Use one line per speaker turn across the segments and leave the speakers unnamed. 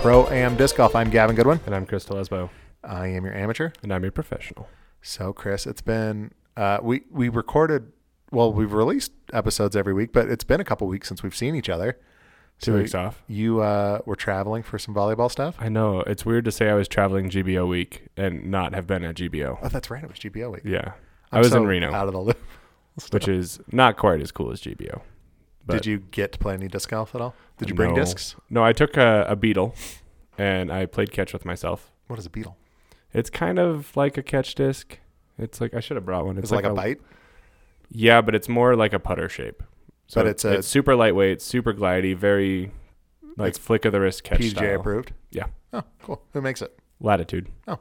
Pro Am Disc Golf. I'm Gavin Goodwin.
And I'm Crystal Esbo.
I am your amateur.
And I'm your professional.
So, Chris, it's been uh, we we recorded. Well, we've released episodes every week, but it's been a couple weeks since we've seen each other.
Two
So
weeks off.
You uh, were traveling for some volleyball stuff.
I know. It's weird to say I was traveling GBO week and not have been at GBO.
Oh, that's right. It was GBO week.
Yeah.
I'm
I was
so
in Reno,
Out of the loop.
which is not quite as cool as GBO.
Did
But-
you get to play any disc golf at all? Did you bring
No.
discs?
No, I took a, a beetle and I played catch with myself.
What is a beetle?
It's kind of like a catch disc. It's like I should have brought one. It's
Is it like, a bite?
Yeah, but it's more like a putter shape. So
But it's
it's,
a-
super lightweight, super glidey, very like
It's
flick of the wrist catch
PGA
style.
approved.
Yeah.
Oh, cool. Who makes it?
Latitude.
Oh.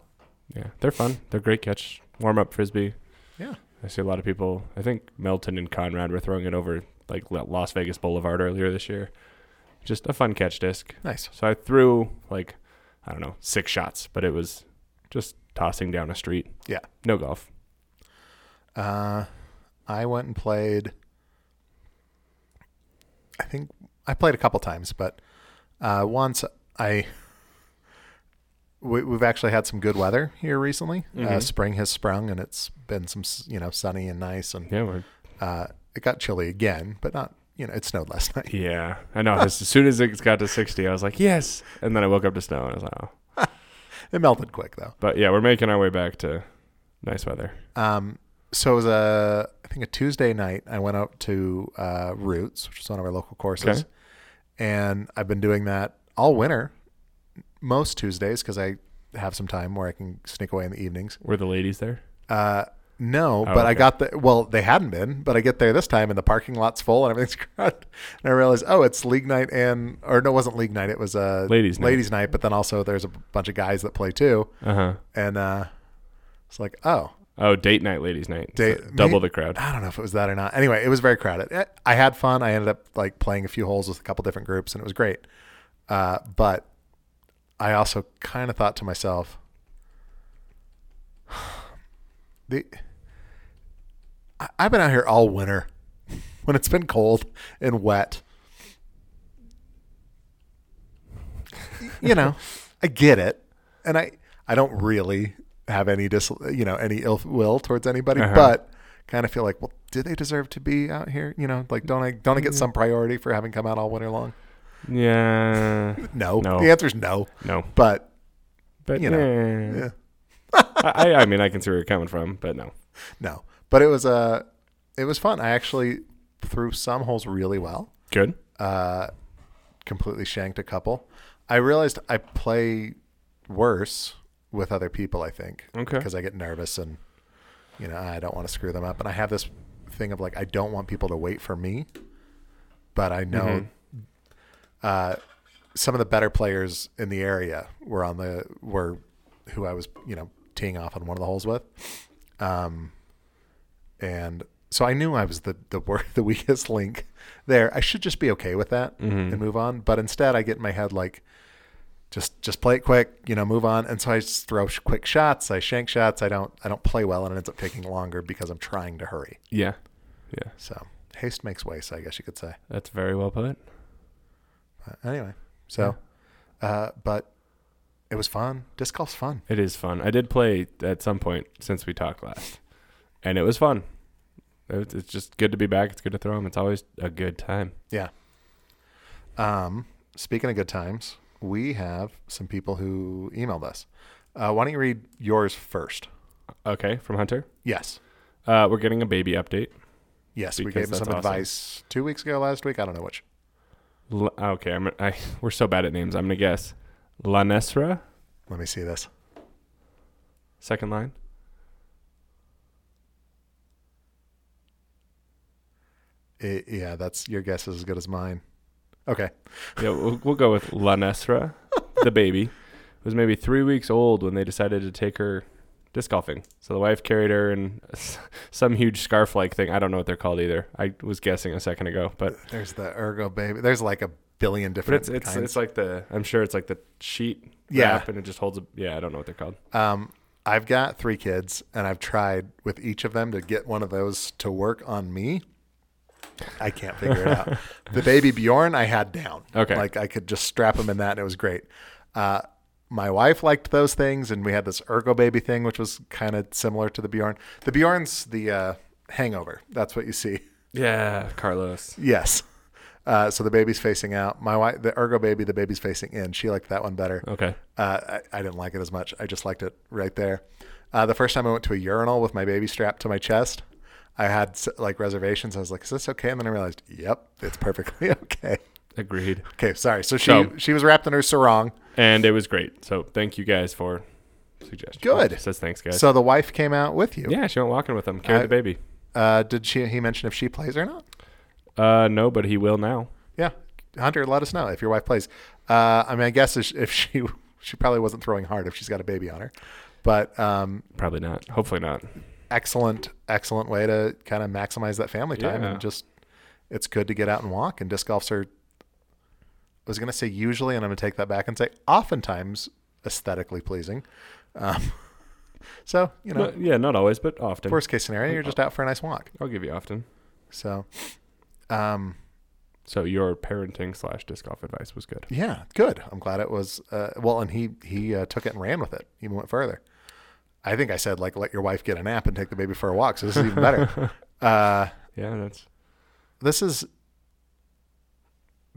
Yeah, they're fun. They're great catch. Warm up frisbee.
Yeah.
I see a lot of people. I think Melton and Conrad were throwing it over like La- Las Vegas Boulevard earlier this year. Just a fun catch disc.
Nice.
So I threw like I don't know six shots, but it was just tossing down a street.
Yeah.
No golf.
Uh, I went and played. I think I played a couple times, but uh, once I we, we've actually had some good weather here recently. Uh,
Mhm.
spring has sprung, and it's been some s- you know sunny and nice, and
Yeah. We're,
uh, it got chilly again, but not you know it snowed last night.
yeah. I know. as soon as it got to sixty, I was like yes, and then I woke up to snow and I was like, oh.
It melted quick though.
but yeah, we're making our way back to nice weather.
Um, so it was a, I think a Tuesday night. I went out to uh, Roots, which is one of our local courses,
Okay.
and I've been doing that all winter, most Tuesdays because I have some time where I can sneak away in the evenings.
Were the ladies there?
Uh, no, but I
Oh, okay.
got the well. They hadn't been, but I get there this time, and the parking lot's full, and everything's crowded. And I realize, oh, it's league night, and or no, it wasn't league night. It was uh,
Ladies' night.
ladies' night. But then also there's a bunch of guys that play too,
Uh huh.
and uh, it's like, oh,
Oh, date night, ladies night.
Date- Ah.
So double
may-
the crowd.
I don't know if it was that or not. Anyway, it was very crowded. Eh, I had fun. I ended up like playing a few holes with a couple different groups, and it was great. Uh, but I also kind of thought to myself, the I, I've been out here all winter when it's been cold and wet. you know, I get it, and I I don't really have any dis you know any ill will towards anybody,
Uh-huh.
but kind of feel like, well, do they deserve to be out here? You know, like don't I don't I get some priority for having come out all winter long?
Yeah.
No,
No.
the answer is no.
No.
But
But
You
you
know,
know,
yeah,
I, I mean, I can see where you're coming from, but no.
no. But it was uh, it was fun. I actually threw some holes really well.
Good.
Uh, completely shanked a couple. I realized I play worse with other people. I think
Okay.
because I get nervous and you know I don't want to screw them up. And I have this thing of like I don't want people to wait for me, but I know uh, some of the better players in the area were on the were who I was you know teeing off on one of the holes with, um, and so I knew I was the the wor- the weakest link there. I should just be okay with that and move on. But instead, I get in my head like just just play it quick, you know, move on. And so I just throw sh- quick shots, I shank shots, I don't I don't play well, and it ends up taking longer because I'm trying to hurry.
Yeah. Yeah.
So haste makes waste, I guess you could say.
That's very well put.
But anyway, so uh, but it was fun. Disc golf's fun.
It is fun. I did play at some point since we talked last, and it was fun. It- It's just good to be back. It's good to throw them. It's always a good time.
Yeah. Um, speaking of good times, we have some people who emailed us. Uh, why don't you read yours first?
Okay. From Hunter.
Yes.
Uh, we're getting a baby update.
Yes, we
Because
gave him
that's
some
awesome.
advice two weeks ago, last week. I don't know which.
L- okay. I'm, I, we're so bad at names. I'm going to guess La Nesra,
Let me see this.
second line.
I- yeah, that's your guess is as good as mine. Okay.
yeah, we'll, we'll go with La Nesra, the baby, was maybe three weeks old when they decided to take her disc golfing. So the wife carried her in s- some huge scarf like thing. I don't know what they're called either. I was guessing a second ago, but
There's the ergo baby. There's like a billion
but
different
it's it's
kinds.
it's like the I'm sure it's like the sheet
Yeah.
wrap and it just holds a yeah I don't know what they're called.
um, I've got three kids, and I've tried with each of them to get one of those to work on me. I can't figure it out. The baby Bjorn, I had down.
Okay.
Like I could just strap him in that, and it was great. Uh, my wife liked those things, and we had this Ergo Baby thing, which was kind of similar to the Bjorn. The Bjorn's the uh, hangover. That's what you see.
Yeah, Carlos.
Yes. Uh, so the baby's facing out. My wife, the Ergo Baby, the baby's facing in. She liked that one better.
Okay.
Uh, I, I didn't like it as much. I just liked it right there. Uh, the first time I went to a urinal with my baby strapped to my chest, I had s- like reservations. I was like, "Is this okay?" And then I realized, "Yep, it's perfectly okay."
Agreed.
Okay, sorry. So she
So-
she was wrapped in her sarong.
And it was great. So thank you guys for suggestions.
Good.
Says thanks, guys.
So the wife came out with you.
yeah, she went walking with him. Carried
I-
the baby.
Uh, did she? He mention if she plays or not?
Uh, no, but he will now.
Yeah, Hunter, let us know if your wife plays. Uh, I mean, I guess if, if she she probably wasn't throwing hard if she's got a baby on her, but um,
Probably not. Hopefully not.
excellent, excellent way to kind of maximize that family time
Yeah.
and just it's good to get out and walk. And disc golfs are. I was gonna say usually, and I'm gonna take that back and say oftentimes aesthetically pleasing. Um, so you know,
No, yeah, not always, but often.
worst case scenario, you're just out for a nice walk.
I'll give you often.
So, um,
So your parenting slash disc golf advice was good.
yeah, good. I'm glad it was. Uh, well, and he he uh, took it and ran with it. Even went further. I think I said like let your wife get a nap and take the baby for a walk. So this is even better. uh,
Yeah, that's
this is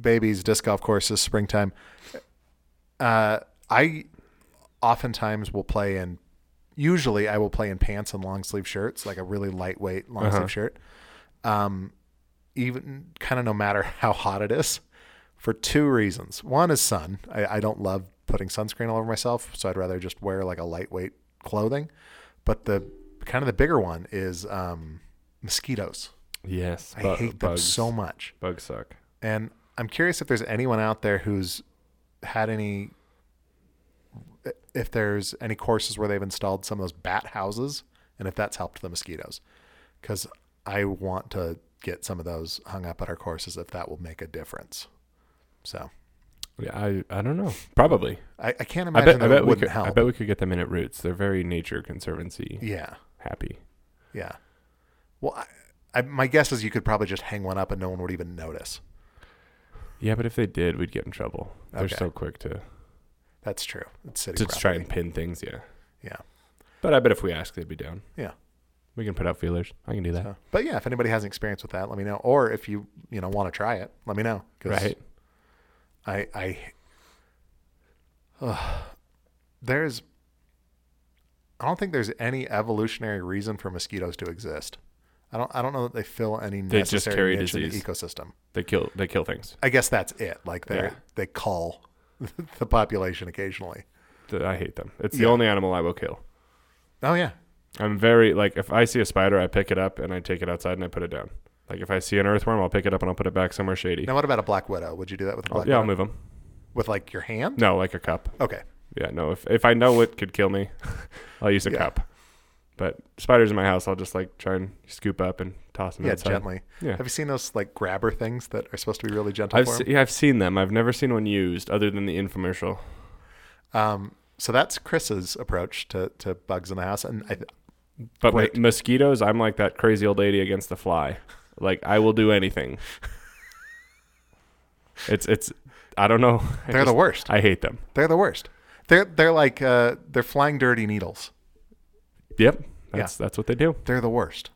babies disc golf courses springtime. Uh, I oftentimes will play in. Usually, I will play in pants and long sleeve shirts, like a really lightweight long sleeve
Uh-huh.
shirt. Um, even kind of no matter how hot it is, for two reasons. One is sun. I, I don't love putting sunscreen all over myself, so I'd rather just wear like a lightweight clothing. But the kind of the bigger one is um, mosquitoes.
yes.
I
bu-
hate them
bugs.
so much.
Bugs suck.
And I'm curious if there's anyone out there who's had any, if there's any courses where they've installed some of those bat houses and if that's helped the mosquitoes. Because I want to get some of those hung up at our courses if that will make a difference. So
Yeah, I I don't know. Probably.
I, I can't
I
imagine
bet I
that it
bet we
wouldn't
could
help.
I bet we could get them in at Roots. They're very nature conservancy
yeah.
happy.
Yeah. Well, I, I, my guess is you could probably just hang one up and no one would even notice.
Yeah, but if they did, we'd get in trouble. They're
Okay.
so quick to
That's true. It's city
to try
property.
and pin things. Yeah,
Yeah.
but I bet if we ask, they'd be down.
Yeah.
we can put out feelers. I can do that.
So, but yeah, if anybody has an experience with that, let me know. Or if you you know want to try it, let me know. 'Cause
right.
I I Ugh. there's I don't think there's any evolutionary reason for mosquitoes to exist. I don't I don't know that they fill any
They just
necessary
carry
niche in
disease.
the ecosystem.
They kill. They kill things.
I guess that's it. Like they
Yeah.
are they call the population occasionally.
Th- I hate them. It's
Yeah.
the only animal I will kill.
Oh yeah.
I'm very like if I see a spider, I pick it up and I take it outside and I put it down. Like if I see an earthworm, I'll pick it up and I'll put it back somewhere shady.
Now what about a black widow? Would you do that with a
I'll-
black
Oh, yeah, I'll
widow?
move them.
With like your hand?
No, like a cup.
Okay.
Yeah, no. If if I know it could kill me, I'll use a
Yeah.
cup. But spiders in my house, I'll just like try and scoop up and toss them
Yeah,
outside.
gently.
Yeah.
Have you seen those like grabber things that are supposed to be really gentle
I've
for 'em?
se- yeah, I've seen them. I've never seen one used other than the infomercial.
Um, so that's Chris's approach to, to bugs in the house, and I,
But
Great.
m- mosquitoes, I'm like that crazy old lady against the fly. Like I will do anything. it's it's I don't know. I
they're the
just-
worst.
I hate them.
They're the worst. They're they're like uh, they're flying dirty needles.
Yep. That's that's what they do.
They're the worst.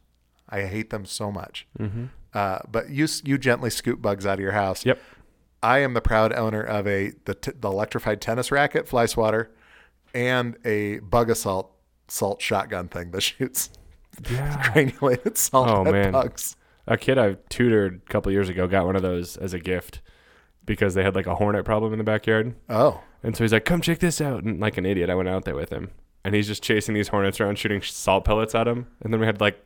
I hate them so much.
Hmm. Mm-hmm.
Uh, but you s- you gently scoop bugs out of your house.
Yep.
I am the proud owner of a the, t- the electrified tennis racket, fly swatter, and a bug assault salt shotgun thing that shoots
Yeah.
granulated salt
Oh,
at
man.
bugs.
A kid I tutored a couple years ago got one of those as a gift because they had like a hornet problem in the backyard.
Oh,
And so he's like, "Come check this out!" And like an idiot, I went out there with him, and he's just chasing these hornets around, shooting salt pellets at him. And then we had like,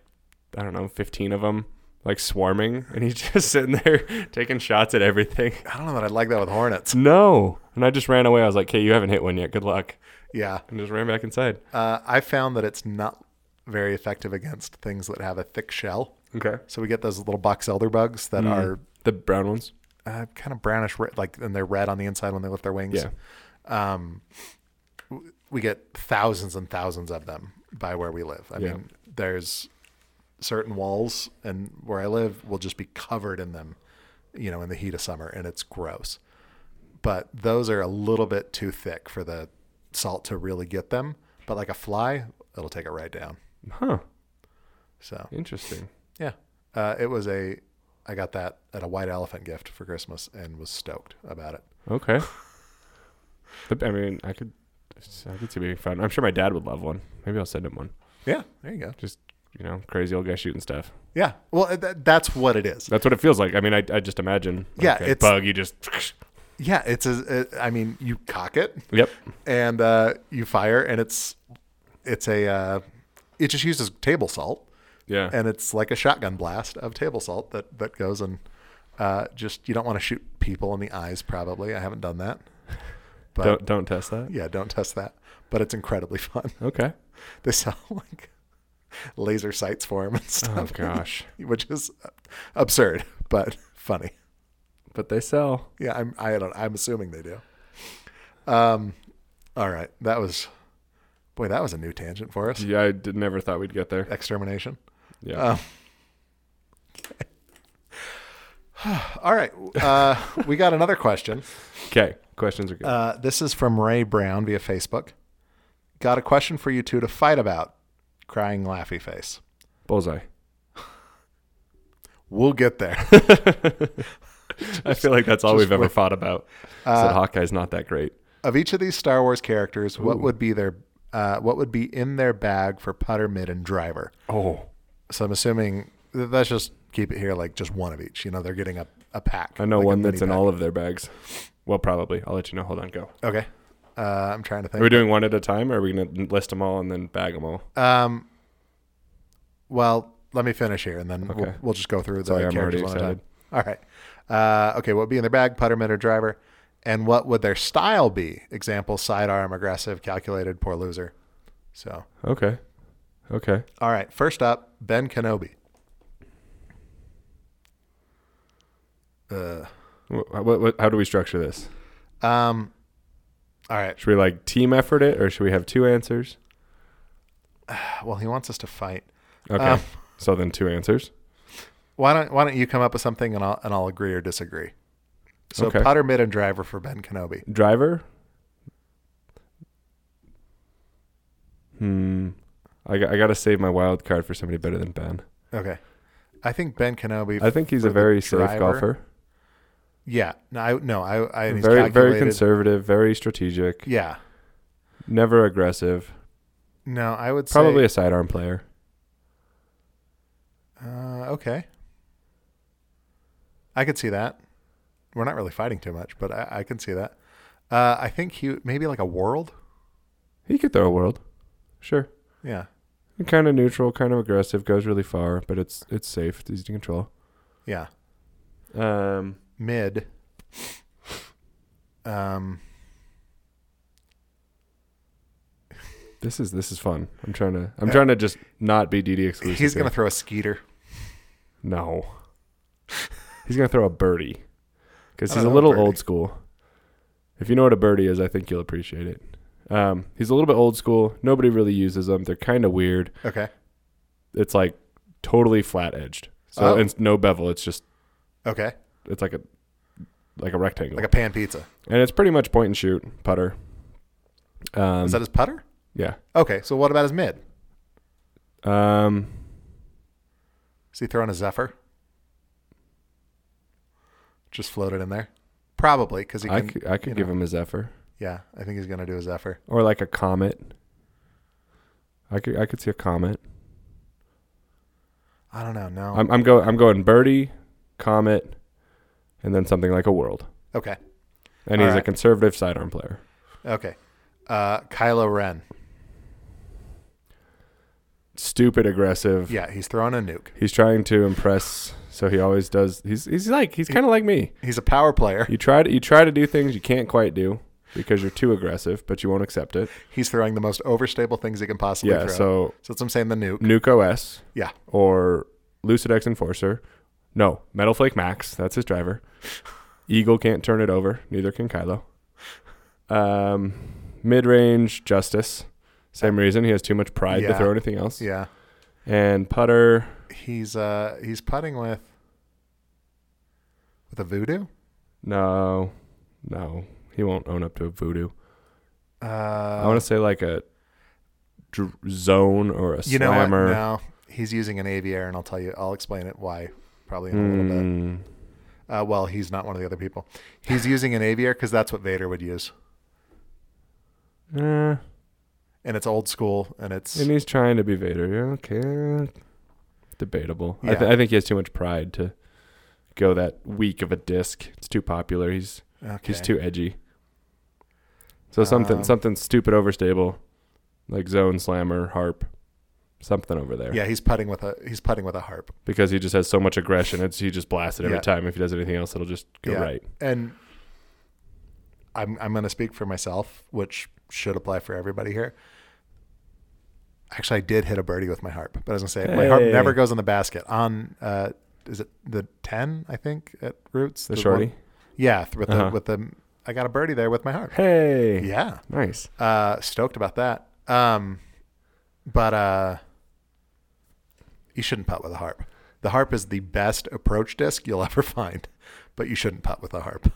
I don't know, fifteen of them, like swarming, and he's just sitting there taking shots at everything.
I don't know that I'd like that with hornets.
No, and I just ran away. I was like, "Hey, you haven't hit one yet. Good luck."
Yeah.
And just ran back inside.
Uh, I found that it's not very effective against things that have a thick shell.
Okay.
So we get those little box elder bugs that
Hmm.
are
The brown ones.
uh, kind of brownish, red, like, and they're red on the inside when they lift their wings.
Yeah.
Um, w- we get thousands and thousands of them by where we live. I
Yeah.
mean, there's certain walls and where I live will just be covered in them, you know, in the heat of summer, and it's gross. but those are a little bit too thick for the salt to really get them. But like a fly, it'll take it right down.
Huh.
So
Interesting.
yeah, uh, it was a. I got that at a white elephant gift for Christmas and was stoked about it.
Okay. But, I mean, I could, I could see being fun. I'm sure my dad would love one. Maybe I'll send him one.
Yeah, there you go.
Just you know, crazy old guy shooting stuff.
Yeah, well, uh, that, that's what it is.
That's what it feels like. I mean, I, I just imagine. like,
Yeah,
a
it's-
bug. You just.
Yeah, it's a. uh, I mean, you cock it
Yep.
and uh, you fire, and it's it's a. Uh, it just uses table salt,
Yeah.
and it's like a shotgun blast of table salt that that goes and uh, just you don't want to shoot people in the eyes. Probably, I haven't done that. But
don't don't test that.
yeah, don't test that. But it's incredibly fun.
Okay.
They sell like laser sights for him and
Oh
stuff,
gosh.
which is absurd but funny.
But they sell.
Yeah, I'm. I don't. I'm assuming they do. Um, all right. That was, boy, that was a new tangent for us.
Yeah, I did, never thought we'd get there.
Extermination.
Yeah.
Um, all right. Uh, we got another question.
okay. Questions are good.
Uh, this is from Ray Brown via Facebook. Got a question for you two to fight about. Crying laughy face.
Bullseye.
We'll get there.
I feel like that's all
just
we've ever
wait. Uh,
thought about. Said Hawkeye's not that great.
of each of these Star Wars characters, what would be their uh, what would be in their bag for putter, mid, and driver?
Oh,
So I'm assuming th- let's just keep it here, like just one of each. You know, they're getting a, a pack.
I know
like a
one
mini
that's in
pack.
all of their bags. Well, probably. I'll let you know. Hold on. Go.
Okay, uh, I'm trying to
Are we
think.
doing one at a time, or are we going to list them all and then bag them all?
Um, well, let me finish here, and then we'll,
Okay.
we'll just go through the
Sorry, I'm
characters
already
one at a time. All right. Uh, okay, what would be in their bag, putter, mid, or driver? And what would their style be? Example: sidearm, aggressive, calculated, poor loser. So,
Okay. Okay.
all right. First up, Ben Kenobi. Uh,
What, what, how do we structure this?
um, all right.
Should we like team effort it, or should we have two answers?
Well, he wants us to fight.
Okay.
Um,
so then two answers.
Why don't Why don't you come up with something and I'll and I'll agree or disagree. So
Okay.
putter, mid, and driver for Ben Kenobi.
Driver. Hmm. I got, I got to save my wild card for somebody better than Ben.
Okay, I think Ben Kenobi.
I think he's
for
a
the
very safe
driver,
golfer.
Yeah. No. I, no. I. I and he's
Very very
calculated.
conservative, very strategic,
Yeah.
never aggressive.
No. I would
Probably
say.
a sidearm player.
Uh, okay. I could see that. We're not really fighting too much, but I, I can see that. Uh, I think he maybe like a world.
He could throw a world. Sure.
Yeah.
Kind of neutral, kind of aggressive, goes really far, but it's it's safe, it's easy to control.
Yeah.
Um
mid. Um,
this is this is fun. I'm trying to I'm trying to just not be DD exclusive.
he's gonna
here.
throw a skeeter.
No. he's going to throw a birdie. Cuz
I
he's
don't
a
know
little
birdie.
old school. If you know what a birdie is, I think you'll appreciate it. Um, he's a little bit old school. Nobody really uses them. They're kind of weird.
Okay.
it's like totally flat edged. So
Oh.
it's no bevel. It's just
Okay.
it's like a like a rectangle,
Like a pan pizza.
and it's pretty much point and shoot putter. Um,
Is that his putter?
yeah.
Okay. So what about his mid?
Um,
Is he throwing a Zephyr? Just floated in there. Probably because he
I
can.
could, I could
you
give
know.
him a Zephyr
Yeah, I think he's gonna do a Zephyr.
or like a Comet. I could I could see a Comet.
I don't know. No.
I'm I'm going I'm going birdie, Comet, and then something like a World.
okay.
And
All
he's a
right.
conservative sidearm player.
Okay. Uh, Kylo Ren.
Stupid aggressive.
Yeah, he's throwing a nuke.
He's trying to impress, so he always does. He's he's like he's kind of like me.
He's a power player.
You try to you try to do things you can't quite do because you're too aggressive, but you won't accept it.
He's throwing the most overstable things he can possibly
Yeah.
throw.
So
so that's what I'm saying. The nuke.
Nuke OS
Yeah.
or Lucidex Enforcer. No, Metal Flake Max. That's his driver. Eagle can't turn it over. Neither can Kylo. Um, mid range Justice. Same reason. He has too much pride to
Yeah.
throw anything else.
Yeah.
And putter.
he's uh he's putting with with a voodoo
No, No, he won't own up to a voodoo.
Uh,
I want to say like a dr- zone or a
you know what?
slammer.
No, he's using an aviaire, and I'll tell you. I'll explain it why. Probably in a little bit.
Mm,
Uh, well, he's not one of the other people. He's using an aviaire because that's what Vader would use,
eh,
and it's old school, and it's
and he's trying to be Vader. Yeah, okay, debatable. I,
Yeah.
th- I think he has too much pride to go that weak of a disc. It's too popular. He's
okay.
He's too edgy. So something
Um,
something stupid overstable, like zone slammer, harp, something over there.
Yeah, he's putting with a he's putting with a harp,
Because he just has so much aggression, it's he just blasts it every
Yeah.
time. If he does anything else, it'll just go
Yeah.
right.
and I'm I'm going to speak for myself, which should apply for everybody here. Actually, I did hit a birdie with my harp, but I was going to say my harp
Hey.
never goes in the basket. On uh, is it the ten? I think at roots
The
one-
shorty.
Yeah, th- with
Uh-huh.
the with the I got a birdie there with my harp.
Hey.
Yeah,
Nice.
uh, stoked about that. Um, but uh, you shouldn't putt with a harp. The harp is the best approach disc you'll ever find, but you shouldn't putt with a harp.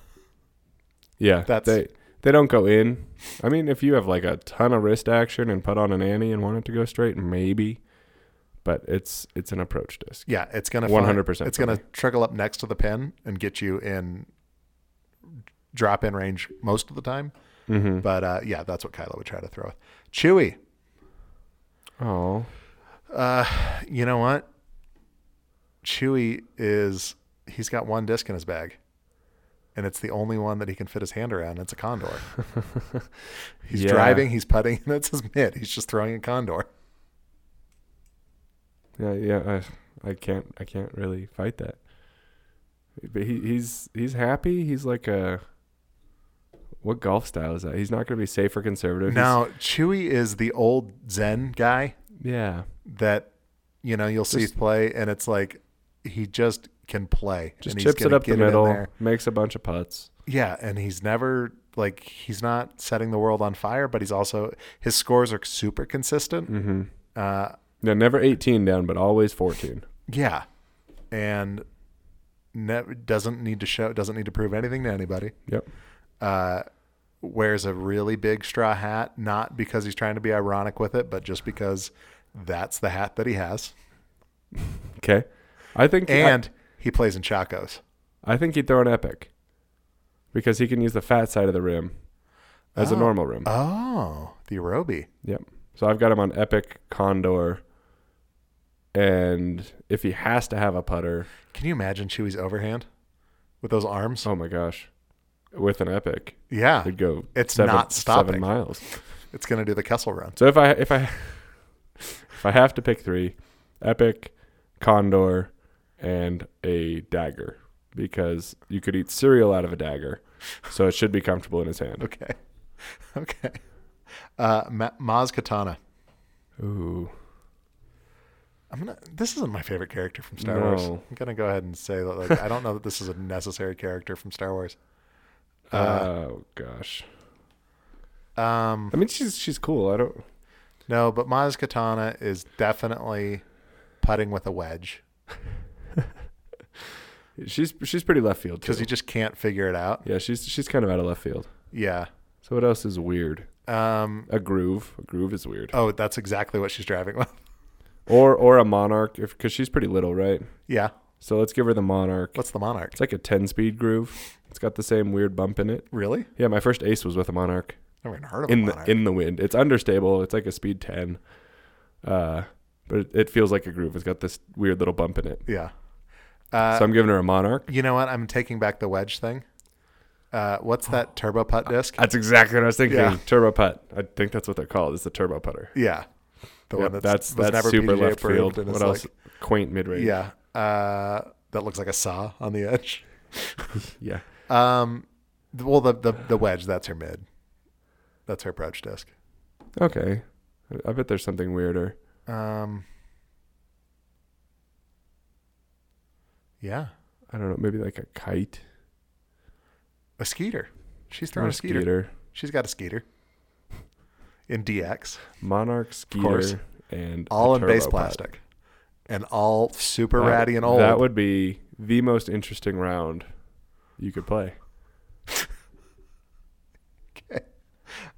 Yeah.
That's-
they they don't go in. I mean, if you have like a ton of wrist action and put on an Annie and want it to go straight, maybe. But it's it's an approach disc.
Yeah, it's gonna
100%
It's gonna
for
trickle up next to the pin and get you in drop in range most of the time.
Mm-hmm.
But uh, yeah, that's what Kylo would try to throw with. Chewy,
Oh.
uh, you know what? Chewy is he's got one disc in his bag, and it's the only one that he can fit his hand around. It's a condor. he's
Yeah.
driving, he's putting, and it's his mid. He's just throwing a condor.
Yeah, yeah, I, I can't, I can't really fight that. But he, he's he's happy. He's like a what golf style is that? He's not going to be safe or conservative. He's-
Now Chewy is the old Zen guy
yeah,
that you know you'll see
Just-
play, and it's like he just can play.
just
and
chips it
gonna
up the
get in
middle,
there.
makes a bunch of putts.
Yeah, and he's never like he's not setting the world on fire, but he's also his scores are super consistent.
Mm-hmm.
Uh,
No, never eighteen down, but always fourteen.
yeah, and ne- doesn't need to show doesn't need to prove anything to anybody.
Yep.
Uh, wears a really big straw hat, not because he's trying to be ironic with it, but just because that's the hat that he has.
Okay. I think
And he plays in chacos.
I, I think he'd throw an epic because he can use the fat side of the rim as
Oh.
a normal rim.
Oh, the Aerobi.
Yep. So I've got him on Epic Condor, and if he has to have a putter,
Can you imagine Chewie's overhand with those arms?
oh my gosh, with an Epic,
yeah,
it'd go.
It's
seven,
not stopping.
Seven miles.
it's gonna do the Kessel run.
So if I if I if I have to pick three, Epic, Condor, and a dagger, because you could eat cereal out of a dagger, so it should be comfortable in his hand.
Okay, okay. Uh, Ma- Maz Katana.
Ooh,
I'm gonna. This isn't my favorite character from Star
No.
Wars. I'm gonna go ahead and say that. Like, I don't know that this is a necessary character from Star Wars. Uh,
oh gosh.
Um,
I mean, she's she's cool. I don't.
no, but Maz Katana is definitely putting with a wedge
She's she's pretty left field too.
because you just can't figure it out.
Yeah, she's she's kind of out of left field.
Yeah.
So what else is weird?
Um.
A groove. A groove is weird.
Oh, that's exactly what she's driving with.
Or or a monarch, if because she's pretty little, right?
yeah.
So let's give her the monarch.
What's the Monarch?
It's like a ten speed groove. It's got the same weird bump in it.
Really?
Yeah, my first ace was with a monarch
Never even heard of a
in the
Monarch.
in the wind. It's understable. It's like a speed ten, uh, but it, it feels like a groove. It's got this weird little bump in it.
yeah. Uh,
so I'm giving her a monarch.
You know what? I'm taking back the wedge thing. Uh, what's that turbo putt disc?
That's exactly what I was thinking.
Yeah.
Turbo putt. I think that's what they're called. It's the turbo putter.
yeah, the one
Yep, that's
that's, was
that's
never
super
PGA
left
approved
field.
and
What
it's
else?
like-
Quaint mid range.
yeah, uh, that looks like a saw on the edge.
yeah.
Um, th- well, the, the the wedge that's her mid. That's her approach disc.
Okay. I- I bet there's something weirder.
Um, yeah,
I don't know. Maybe like a kite.
a skeeter. She's
or
throwing a skeeter. She's got a skeeter. In DX,
Monarch
course.
skeeter and
all
a
in base
turbo
plastic, and all super
putt. That-
ratty and old.
That would be the most interesting round you could play.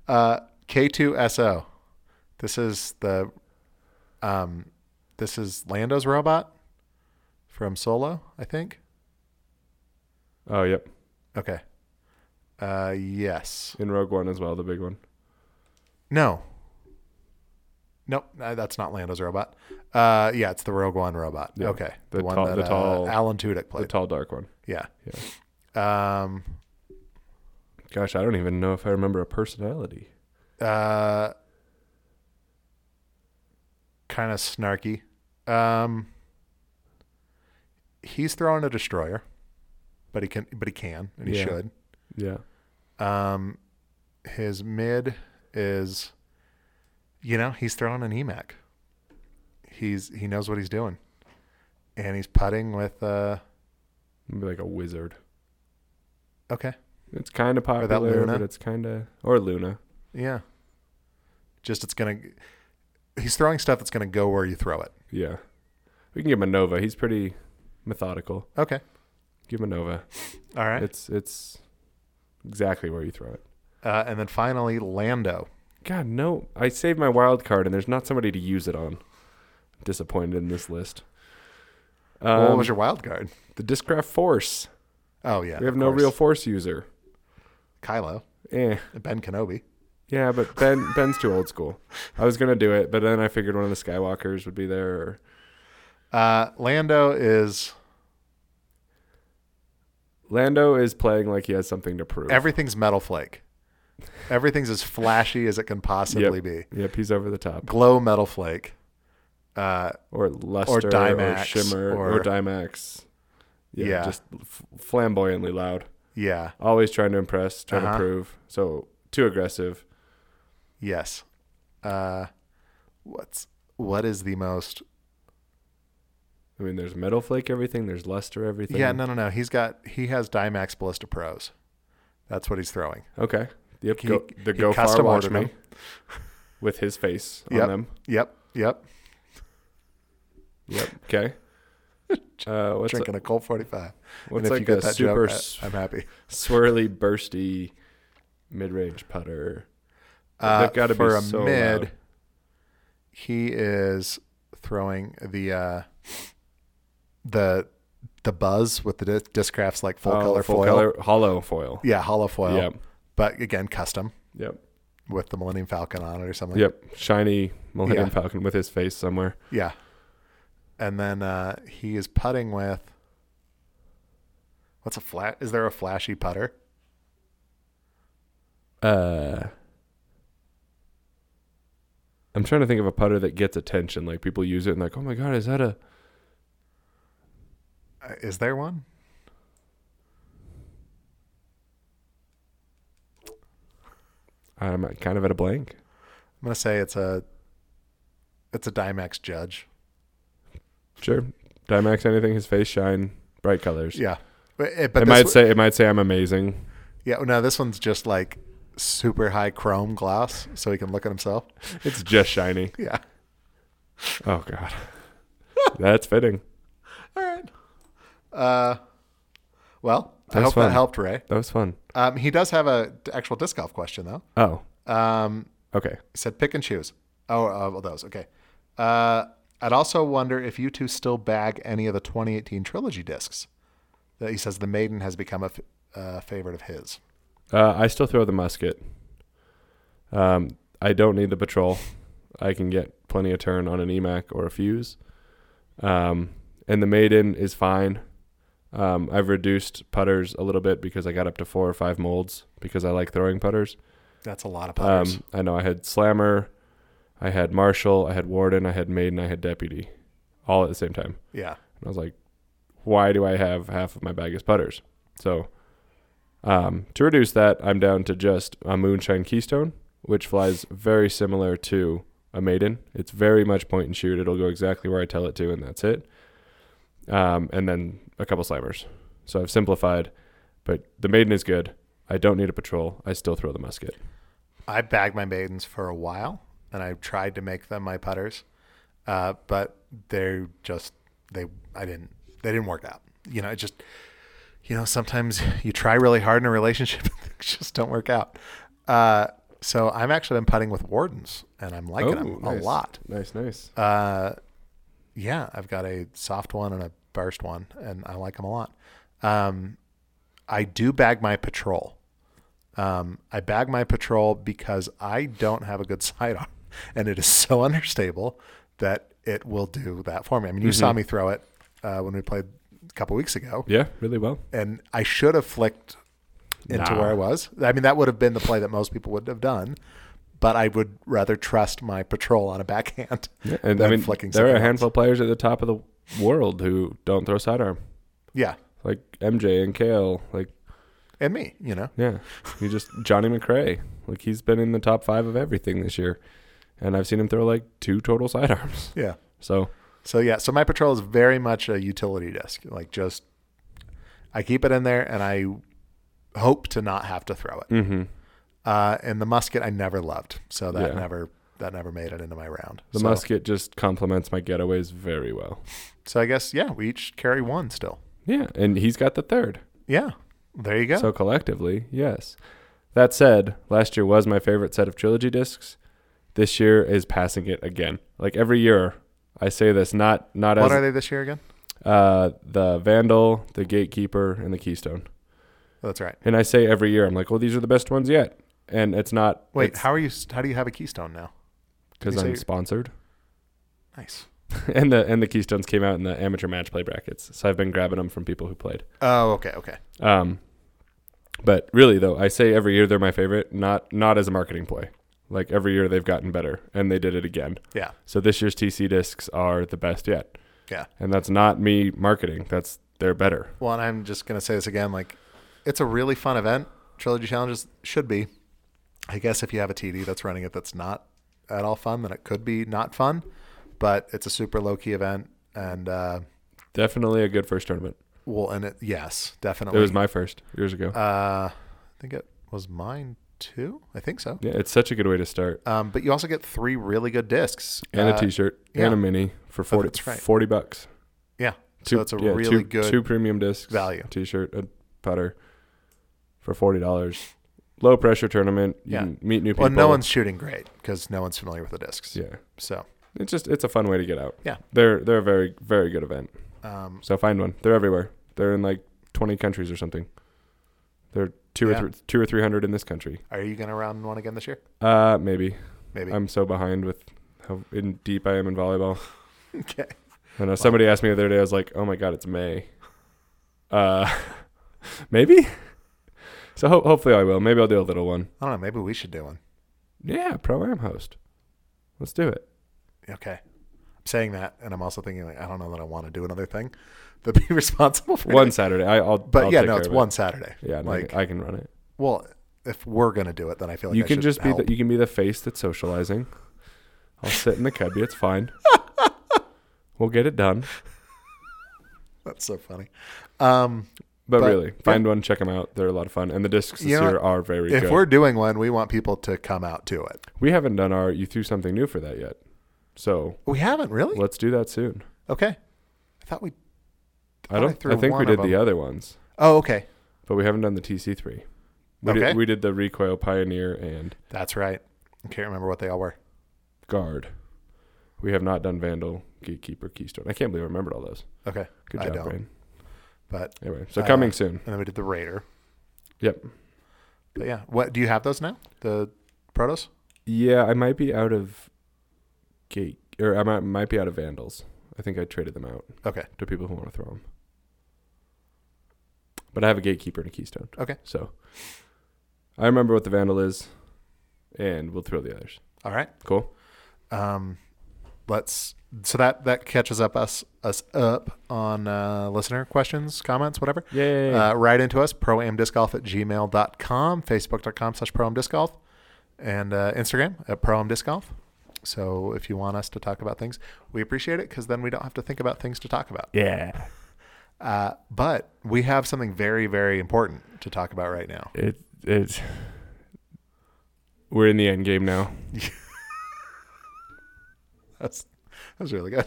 Uh, K2SO. This is the um this is Lando's robot from Solo, I think.
Oh, yep.
Okay. Uh yes.
In Rogue One as well, the big one.
No. Nope, uh, that's not Lando's robot. Uh yeah, it's the Rogue One robot.
Yeah.
Okay.
The tall- the tall-
uh, Alan Tudyk
The
played.
tall, dark one.
yeah. Yeah. Um
Gosh, I don't even know if I remember a personality.
uh kind of snarky. Um he's throwing a destroyer, but he can but he can and he
Yeah.
should.
Yeah.
Um his mid is you know, he's throwing an EMAC. He's he knows what he's doing. And he's putting with uh
Maybe like a wizard.
okay.
It's kind of
that
popular,
Luna.
but it's kind of or Luna.
Yeah. Just it's going to he's throwing stuff that's going to go where you throw it.
Yeah, we can give him a Nova. He's pretty methodical.
Okay.
Give him a Nova.
All right.
It's it's exactly where you throw it.
Uh, and then finally, Lando.
God no! I saved my wild card, and there's not somebody to use it on. I'm disappointed in this list. Um,
what was your wild card?
the Discraft Force?
Oh yeah,
we have
of
no
course.
real Force user.
Kylo,
Eh.
Ben Kenobi.
Yeah, but Ben Ben's too old school. I was gonna do it, but then I figured one of the Skywalkers would be there. Or,
Uh, Lando is
Lando is playing like he has something to prove.
everything's metal flake. Everything's as flashy as it can possibly be.
yep, he's over the top.
Glow metal flake. Uh,
or luster or,
Dymax,
shimmer or,
or-
Dymax. Yeah,
Yeah.
just f- flamboyantly loud.
yeah.
Always trying to impress, trying
Uh-huh.
to prove. So too aggressive.
Yes. Uh, what's what is the most?
I mean, there's metal flake everything. There's luster everything.
Yeah. No. No. No. He's got. He has Dymax Ballista Pros. That's what he's throwing.
Okay. Yep.
He-
go, the
he
go far
custom
watch
ordered
me
them.
with his face
Yep.
on them.
Yep. Yep.
Yep. Okay. Uh, what's
Drinking a, Colt 45.
a,
And
what's like a super
joke, I-
s-
I'm happy.
swirly, bursty, mid-range putter?
Uh,
They've gotta be
for a
so
mid.
loud.
He is throwing the uh, the the buzz with the dis- discraft's like full
Oh,
color
full
foil.
color hollow foil.
Yeah, hollow foil.
Yep.
But again, custom
Yep.
with the Millennium Falcon on it or something.
Yep, shiny Millennium
Yeah.
Falcon with his face somewhere.
Yeah. And then uh, he is putting with what's a flat? Is there a flashy putter?
Uh, I'm trying to think of a putter that gets attention. Like people use it and like, oh my god, is that a?
Uh, Is there one?
I'm kind of at a blank.
I'm gonna say it's a it's a Dymax Judge.
Sure, Dymax anything. His face shine, bright colors.
Yeah. But, eh,
But
but
it
this
might
w-
say it might say I'm amazing.
Yeah, no, this one's just like super high chrome glass, so he can look at himself.
It's just shiny.
Yeah.
Oh god, that's fitting.
All right. Uh, well, I
That was
hope
fun.
that helped, Ray.
That was fun.
Um, he does have a d- actual disc golf question though.
Oh,
Um,
okay.
he said pick and choose. Oh, uh, well, those okay. Uh, I'd also wonder if you two still bag any of the 2018 trilogy discs. That he says the Maiden has become a f- uh, favorite of his.
Uh, I still throw the musket. Um, I don't need the patrol. I can get plenty of turn on an EMAC or a fuse. Um, and the maiden is fine. Um, I've reduced putters a little bit because I got up to four or five molds because I like throwing putters.
That's a lot of putters.
Um, I know I had slammer, I had Marshall, I had warden, I had maiden, I had deputy, all at the same time.
yeah.
And I was like, why do I have half of my bag as putters? So um, to reduce that, I'm down to just a moonshine keystone, which flies very similar to a maiden. It's very much point and shoot. It'll go exactly where I tell it to, and that's it. Um, and then a couple slammers. So I've simplified, but the maiden is good. I don't need a patrol. I still throw the musket.
I bagged my maidens for a while, and I tried to make them my putters, uh, but they just they I didn't they didn't work out. You know, it just you know sometimes you try really hard in a relationship, and things just don't work out. Uh, So I'm actually been putting with wardens, and I'm liking them
Oh, nice.
a lot.
Nice, nice.
Uh, yeah, I've got a soft one and a burst one, and I like them a lot. Um, I do bag my patrol. Um, I bag my patrol because I don't have a good sidearm, and it is so understable that it will do that for me. I mean, you
Mm-hmm.
saw me throw it uh, when we played a couple weeks ago,
Yeah, really well.
and I should have flicked into
Nah.
where I was. I mean, that would have been the play that most people would have done, but I would rather trust my patrol on a backhand.
Yeah, and I
than
mean,
flicking
there are a
something
handful of players at the top of the world who don't throw sidearm,
Yeah,
like MJ and Kale. Like,
and me, you know.
yeah, you just Johnny McRae. Like he's been in the top five of everything this year, and I've seen him throw like two total sidearms.
Yeah.
So
So yeah, so my patrol is very much a utility disc. Like just I keep it in there and I hope to not have to throw it.
mm-hmm.
Uh, and the musket I never loved. So that
Yeah.
never that never made it into my round.
the
so,
musket just complements my getaways very well.
So I guess yeah, we each carry one still.
Yeah, and he's got the third.
Yeah. There you go.
So collectively, yes. That said, last year was my favorite set of trilogy discs. This year is passing it again. Like every year, I say this not not
what
as
are they this year again?
uh, the Vandal, the Gatekeeper, and the Keystone.
Oh, That's right.
And I say every year, I'm like, well, these are the best ones yet. And it's not
Wait, how are you how do you have a keystone now?
because
you say-
I'm sponsored.
Nice.
and the and the Keystones came out in the amateur match play brackets, so I've been grabbing them from people who played.
Oh, okay, okay.
Um, but really, though, I say every year they're my favorite. Not not as a marketing play. Like every year they've gotten better, and they did it again.
Yeah.
So this year's TC discs are the best yet,
Yeah.
and that's not me marketing. That's they're better.
Well, and I'm just gonna say this again. Like, it's a really fun event. Trilogy challenges should be. I guess if you have a TD that's running it that's not at all fun, then it could be not fun. But it's a super low key event, and uh,
Definitely a good first tournament.
well, and it yes,
It
definitely.
was my first years ago.
uh, I think it was mine too. I think so.
yeah, it's such a good way to start.
Um, but you also get three really good discs
And a
Uh,
T-shirt
yeah.
and a mini for 40,
that's right.
40 bucks.
Yeah,
Two,
so it's a
yeah,
really
two-
good.
two premium discs
value.
T-shirt, a putter for forty dollars. Low pressure tournament. You
Yeah.
can meet new people.
well, no one's shooting great because no one's familiar with the discs.
yeah.
So,
It's just it's a fun way to get out.
Yeah.
They're they're a very very good event.
um,
So find one. They're everywhere. They're in like 20 countries or something. They're 2
Yeah.
or th- 2 or 300 in this country.
are you going to round one again this year?
Uh maybe.
Maybe.
I'm so behind with how in deep I am in volleyball.
okay.
I know somebody asked me the other day I was like, "Oh my god, it's May." Uh maybe? So ho- hopefully I will. Maybe I'll do a little one.
I don't know. Maybe we should do one.
Yeah, pro am host. Let's do it.
Okay. I'm saying that, and I'm also thinking like I don't know that I want to do another thing, that be responsible for.
One
it.
Saturday. I, I'll
but
I'll
yeah,
take
no,
care
it's
of it.
one Saturday.
Yeah, no, I
like
can- I can run it.
well, if we're gonna do it, then I feel like
you
I
can
should
just be
help.
the, you can be the face that's socializing. I'll sit in the cubby. It's fine. we'll get it done.
That's so funny. Um,
But,
But-
really, find one, check them out. They're a lot of fun, and the discs this
You know
year
what?
are very
if
good.
we're doing one, we want people to come out to it.
we haven't done our you threw something new for that yet, so
We haven't really.
let's do that soon.
Okay. I thought we.
I
thought
don't.
threw
I, think
one
we
of
did the
them.
other ones,
Oh, okay.
but we haven't done the TC three. We
Okay.
did we did the recoil pioneer and
That's right. I can't remember what they all were.
guard. We have not done vandal, gatekeeper, keystone. I can't believe I remembered all those.
Okay.
Good
I
job,
don't.
brain.
But
Anyway, so
Uh,
coming soon.
and then we did the Raider.
Yep.
But yeah, what do you have those now? The Protos?
Yeah, I might be out of gate, or I might, might be out of Vandals. I think I traded them out
Okay.
to people who want to throw them. But I have a gatekeeper and a keystone.
Okay.
So I remember what the Vandal is, and we'll throw the others.
All right.
Cool.
um, let's so that that catches up us us up on uh, listener questions comments whatever
Yay.
uh, write into us proamdiscgolf at gmail.com facebook.com slash proamdiscgolf and uh, instagram at proamdiscgolf so if you want us to talk about things we appreciate it because then we don't have to think about things to talk about
yeah.
uh, but we have something very very important to talk about right now
It it. We're in the end game now.
That's that was really good.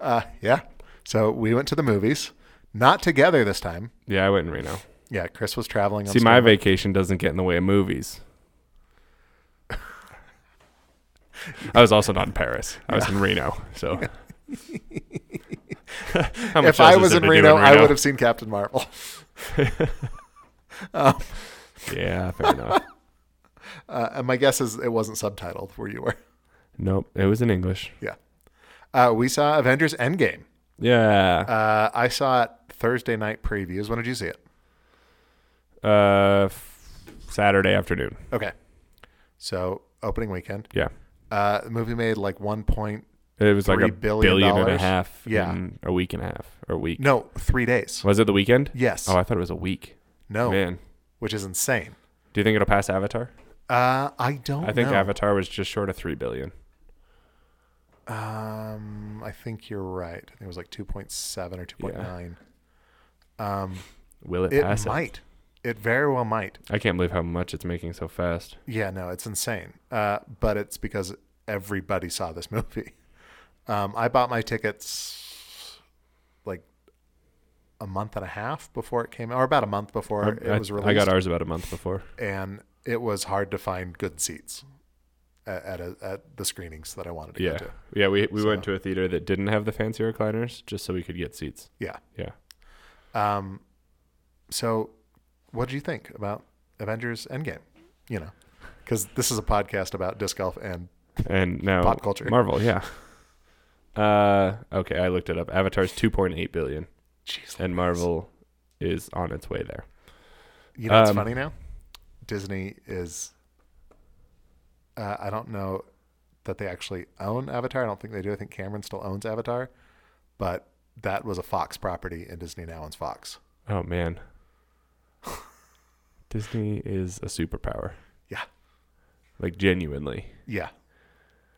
Uh, yeah. So we went to the movies, not together this time.
Yeah, I went in Reno.
Yeah, Chris was traveling. On
See, my
storm-
vacation doesn't get in the way of movies. I was also not in Paris. I was in Reno. So, How much
if I
else is
was
there
in
to do
Reno, I would have seen Captain Marvel. um,
Yeah, fair enough.
uh, and my guess is it wasn't subtitled where you were.
Nope, it was in English.
Yeah. Uh, we saw Avengers Endgame.
Yeah,
Uh, I saw it Thursday night previews. When did you see it?
uh, f- Saturday afternoon.
Okay. So opening weekend.
Yeah,
Uh, the movie made like 1.
it was like
Three
a
billion
billion and a
dollars?
half.
Yeah.
in a week and a half or a week.
No, three days.
Was it the weekend?
Yes. Oh.
Oh, I thought it was a week.
no.
Man,
Which is insane.
do you think it'll pass Avatar?
Uh, I don't.
I think
know.
Avatar was just short of three billion.
Um, I think you're right. I think it was like 2.7 or 2.9. Um,
Will it,
it
pass it?
might. It very well might.
I can't believe how much it's making so fast.
Yeah, no, it's insane. Uh, but it's because everybody saw this movie. Um, I bought my tickets like a month and a half before it came out, or about a month before
I,
it was released.
I got ours about a month before.
and it was hard to find good seats at at, a, at the screenings that I wanted to
Yeah,
go to.
yeah. We we went
So-
to a theater that didn't have the fancy recliners just so we could get seats.
Yeah.
Yeah.
Um, so, what did you think about Avengers Endgame? You know, because this is a podcast about disc golf, and
and now
Pop culture.
Marvel, yeah. Uh, okay, I looked it up. Avatar's 2.8 billion,
jeez,
and Marvel is on its way there.
you know, it's
um,
funny now. Disney is. Uh, I don't know that they actually own Avatar. I don't think they do. I think Cameron still owns Avatar, but that was a Fox property, and Disney now owns Fox.
Oh man, Disney is a superpower.
Yeah.
Like genuinely,
Yeah.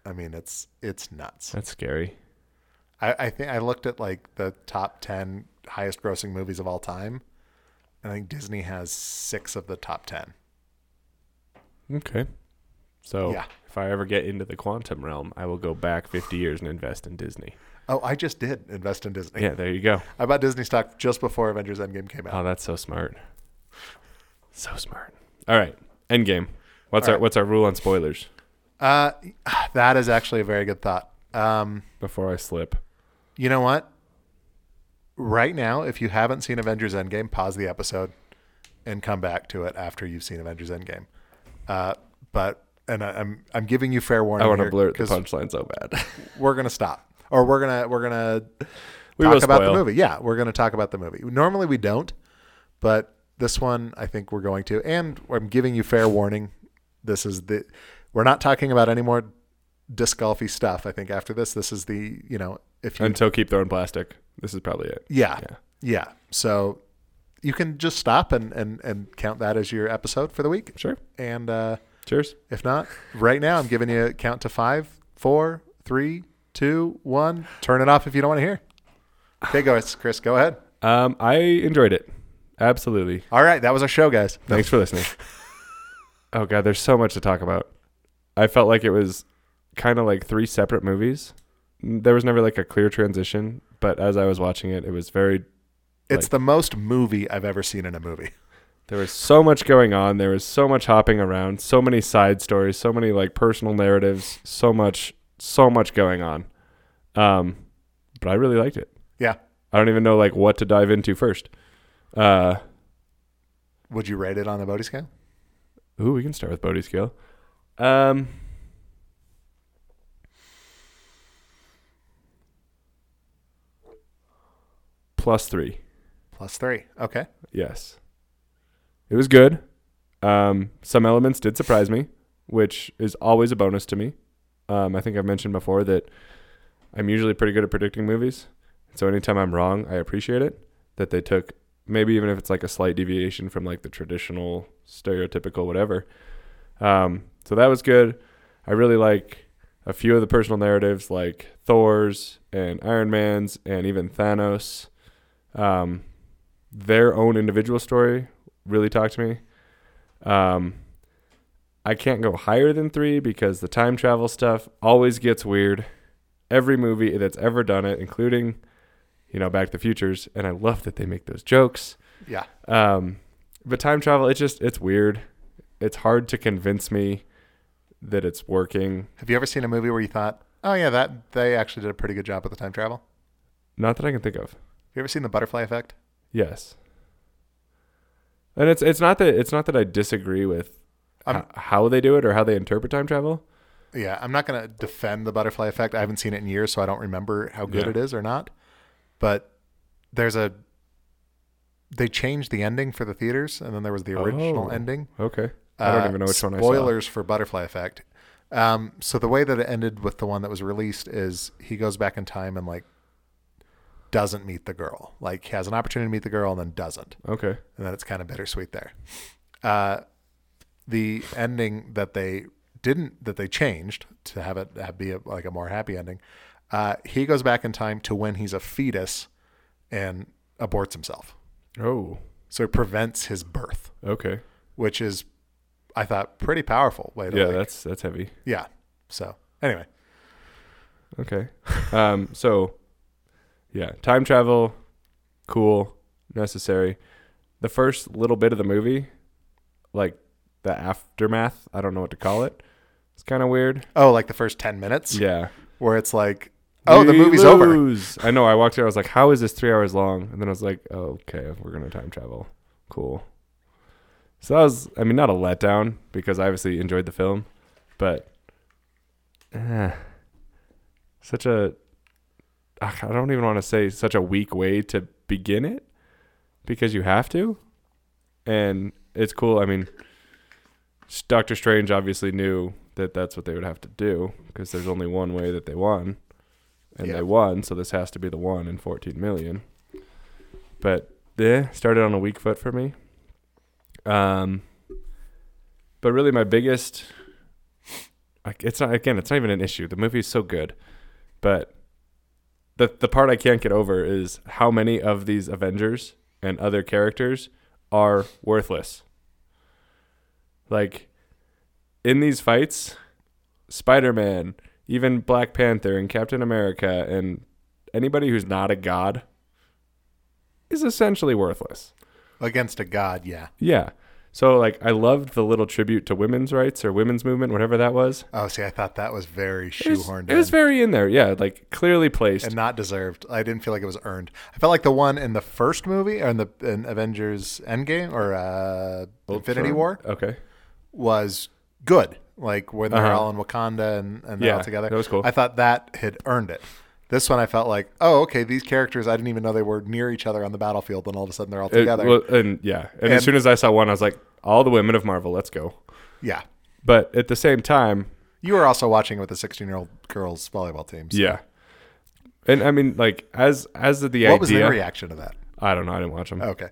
I mean, it's it's nuts.
that's scary.
I, I think I looked at like the top ten highest grossing movies of all time, and I think Disney has six of the top ten.
Okay, so
Yeah.
if I ever get into the quantum realm, I will go back 50 years and invest in Disney.
Oh, I just did invest in Disney.
Yeah, there you go.
I bought Disney stock just before Avengers Endgame came out.
Oh, that's so smart. So smart. All right, Endgame. What's our
right.
what's our rule on spoilers? Oh.
Uh, that is actually a very good thought. Um,
Before I slip.
you know what? Right now, if you haven't seen Avengers Endgame, pause the episode and come back to it after you've seen Avengers Endgame. Uh, but and I, I'm I'm giving you fair warning.
I want to
here
blurt the
'cause
punchline so bad.
we're gonna stop or we're gonna we're gonna
We
talk
will
about the
spoil.
movie yeah we're gonna talk about the movie normally we don't but this one i think we're going to and i'm giving you fair warning this is the we're not talking about any more disc golfy stuff i think after this this is the you know if you
Until keep throwing plastic. This is probably it.
yeah,
Yeah.
yeah so you can just stop and and and count that as your episode for the week
Sure.
and uh
Cheers.
if not right now i'm giving you a count to five four three two one turn it off if you don't want to hear okay go chris go ahead
Um, I enjoyed it. Absolutely.
All right, that was our show, guys.
Thanks for listening. oh god, there's so much to talk about. I felt like it was kind of like three separate movies. There was never like a clear transition, but as I was watching it, it was very
It's
Like-
the most movie I've ever seen in a movie.
there was so much going on. There was so much hopping around, so many side stories, so many like personal narratives, so much so much going on. Um, but I really liked it.
Yeah.
I don't even know like what to dive into first. Uh,
Would you rate it on the Bodhi scale?
ooh, we can start with Bodhi scale. Um, plus three.
Plus three. Okay.
Yes, it was good. Um, some elements did surprise me, which is always a bonus to me. Um, I think I've mentioned before that I'm usually pretty good at predicting movies, so anytime I'm wrong, I appreciate it. That they took maybe even if it's like a slight deviation from like the traditional stereotypical whatever. Um, so that was good. I really like a few of the personal narratives, like Thor's and Iron Man's, and even Thanos. Um, their own individual story really talked to me. Um, I can't go higher than three because the time travel stuff always gets weird. Every movie that's ever done it, including, you know, Back to the Futures, and I love that they make those jokes.
Yeah.
Um, but time travel, it just it's weird. It's hard to convince me that it's working.
Have you ever seen a movie where you thought, oh yeah, that they actually did a pretty good job with the time travel?
Not that I can think of.
Have you ever seen the butterfly effect?
Yes. And it's it's not that it's not that I disagree with
I'm-
h- how they do it or how they interpret time travel.
Yeah, I'm not going to defend the butterfly effect. I haven't seen it in years, so I don't remember how good
Yeah.
it is or not. But there's a they changed the ending for the theaters, and then there was the original
Oh.
ending.
Okay. I don't
Uh,
even know which one I saw.
Spoilers for Butterfly Effect. Um, so the way that it ended with the one that was released is he goes back in time and like doesn't meet the girl, like has an opportunity to meet the girl and then doesn't,
Okay.
and then it's kind of bittersweet there. Uh, the ending that they didn't that they changed to have it have be a, like a more happy ending. Uh, he goes back in time to when he's a fetus and aborts himself,
Oh.
so it prevents his birth,
Okay.
which is, I thought, pretty powerful way to
Yeah,
like,
that's that's heavy.
yeah. So anyway,
Okay. Um, so, yeah, time travel, cool, necessary. The first little bit of the movie, like the aftermath, I don't know what to call it. It's kind of weird.
oh, like the first ten minutes
Yeah.
where it's like, oh, the
We
movie's over.
lose. I know. I walked here. I was like, how is this three hours long? And then I was like, oh, okay, we're going to time travel. Cool. So that was, I mean, not a letdown because I obviously enjoyed the film, but eh, such a, ugh, I don't even want to say such a weak way to begin it because you have to. And it's cool. I mean, s- Doctor Strange obviously knew that that's what they would have to do because there's only one way that they won. And
Yeah.
they won, so this has to be the one in 14 million. But yeah, started on a weak foot for me. Um, but really, my biggest like, it's not again, it's not even an issue. The movie is so good, but the the part I can't get over is how many of these Avengers and other characters are worthless. Like in these fights, Spider-Man, even Black Panther and Captain America and anybody who's not a god is essentially worthless.
Against a god, yeah.
Yeah. So like I loved the little tribute to women's rights or women's movement, whatever that was.
Oh, see, I thought that was very
It was,
shoehorned
it was
in
very in there, yeah, like clearly placed.
and not deserved. I didn't feel like it was earned. I felt like the one in the first movie or in the in Avengers Endgame or uh, Infinity War
Okay.
was good. Like when they're
Uh-huh.
all in Wakanda and, and they're
Yeah,
all together.
that was cool.
I thought that had earned it. This one I felt like, oh, okay, these characters I didn't even know they were near each other on the battlefield and all of a sudden they're all
It-
together.
well, and yeah, and,
And-
as soon as I saw one, I was like, "All the women of Marvel, let's go!"
yeah.
But at the same time,
You were also watching with the 16 year old girls volleyball team. so
yeah, and I mean, like as as the idea,
What was Oh. their reaction to that?
I don't know, I didn't watch them.
Okay.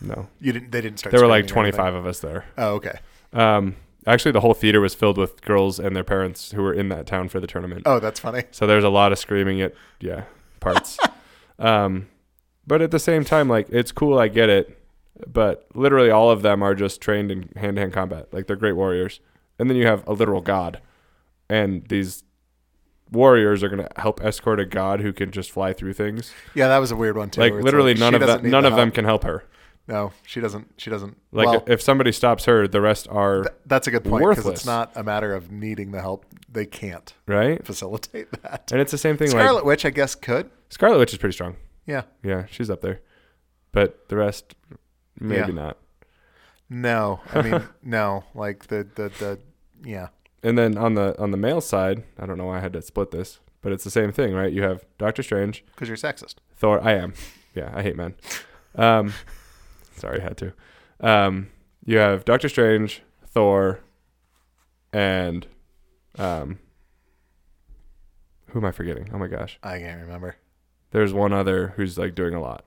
No,
You didn't. They didn't start.
there were like
screaming or anything?
twenty five of us there.
Oh, okay.
Um, actually, the whole theater was filled with girls and their parents who were in that town for the tournament.
Oh, that's funny.
So there's a lot of screaming at yeah parts. um, but at the same time, like it's cool, I get it. But literally all of them are just trained in hand to hand combat. Like they're great warriors. And then you have a literal god, and these warriors are gonna help escort a god who can just fly through things.
Yeah, that was a weird one too.
Like
where it's
literally none
she
of
doesn't
them,
need
none
the
of them
help.
can help her.
No, she doesn't. She doesn't.
Like
well,
if somebody stops her, the rest are
th- that's a good point because it's
worthless.
not a matter of needing the help. They can't
right.
facilitate that.
And it's the same thing.
Scarlet
like
Witch, I guess, could.
Scarlet Witch is pretty strong.
Yeah.
Yeah, she's up there. But the rest, maybe
Yeah.
not.
No, I mean, no. Like the the the. Yeah.
and then on the on the male side, I don't know why I had to split this, but it's the same thing, right? You have Doctor Strange,
Because you're sexist.
Thor. I am, yeah, I hate men. Um, sorry, had to. Um, you have Doctor Strange, Thor, and um, who am I forgetting? Oh my gosh,
I can't remember.
there's one other who's like doing a lot,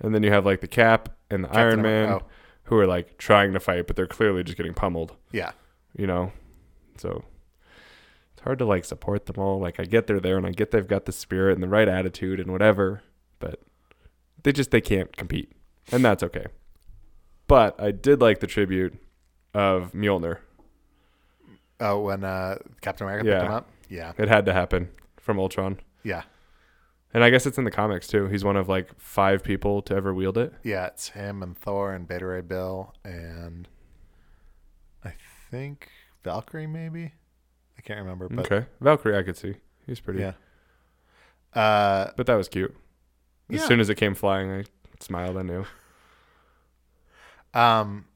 and then you have like the Cap and the Iron
Captain
Man,
Amer- oh,
who are like trying to fight, but they're clearly just getting pummeled
yeah.
you know so it's hard to like support them all like i get they're there and i get they've got the spirit and the right attitude and whatever but they just they can't compete and that's okay but i did like the tribute of mjolnir
Oh, when uh, Captain America
Yeah.
picked him up. Yeah.
it had to happen from ultron
Yeah.
and i guess it's in the comics too he's one of like five people to ever wield it
Yeah, it's him and Thor and Beta Ray Bill and I think Valkyrie maybe. I can't remember, but
Okay. Valkyrie, I could see. He's pretty.
yeah. Uh,
But that was cute. As
Yeah.
soon as it came flying, I smiled. I knew.
um,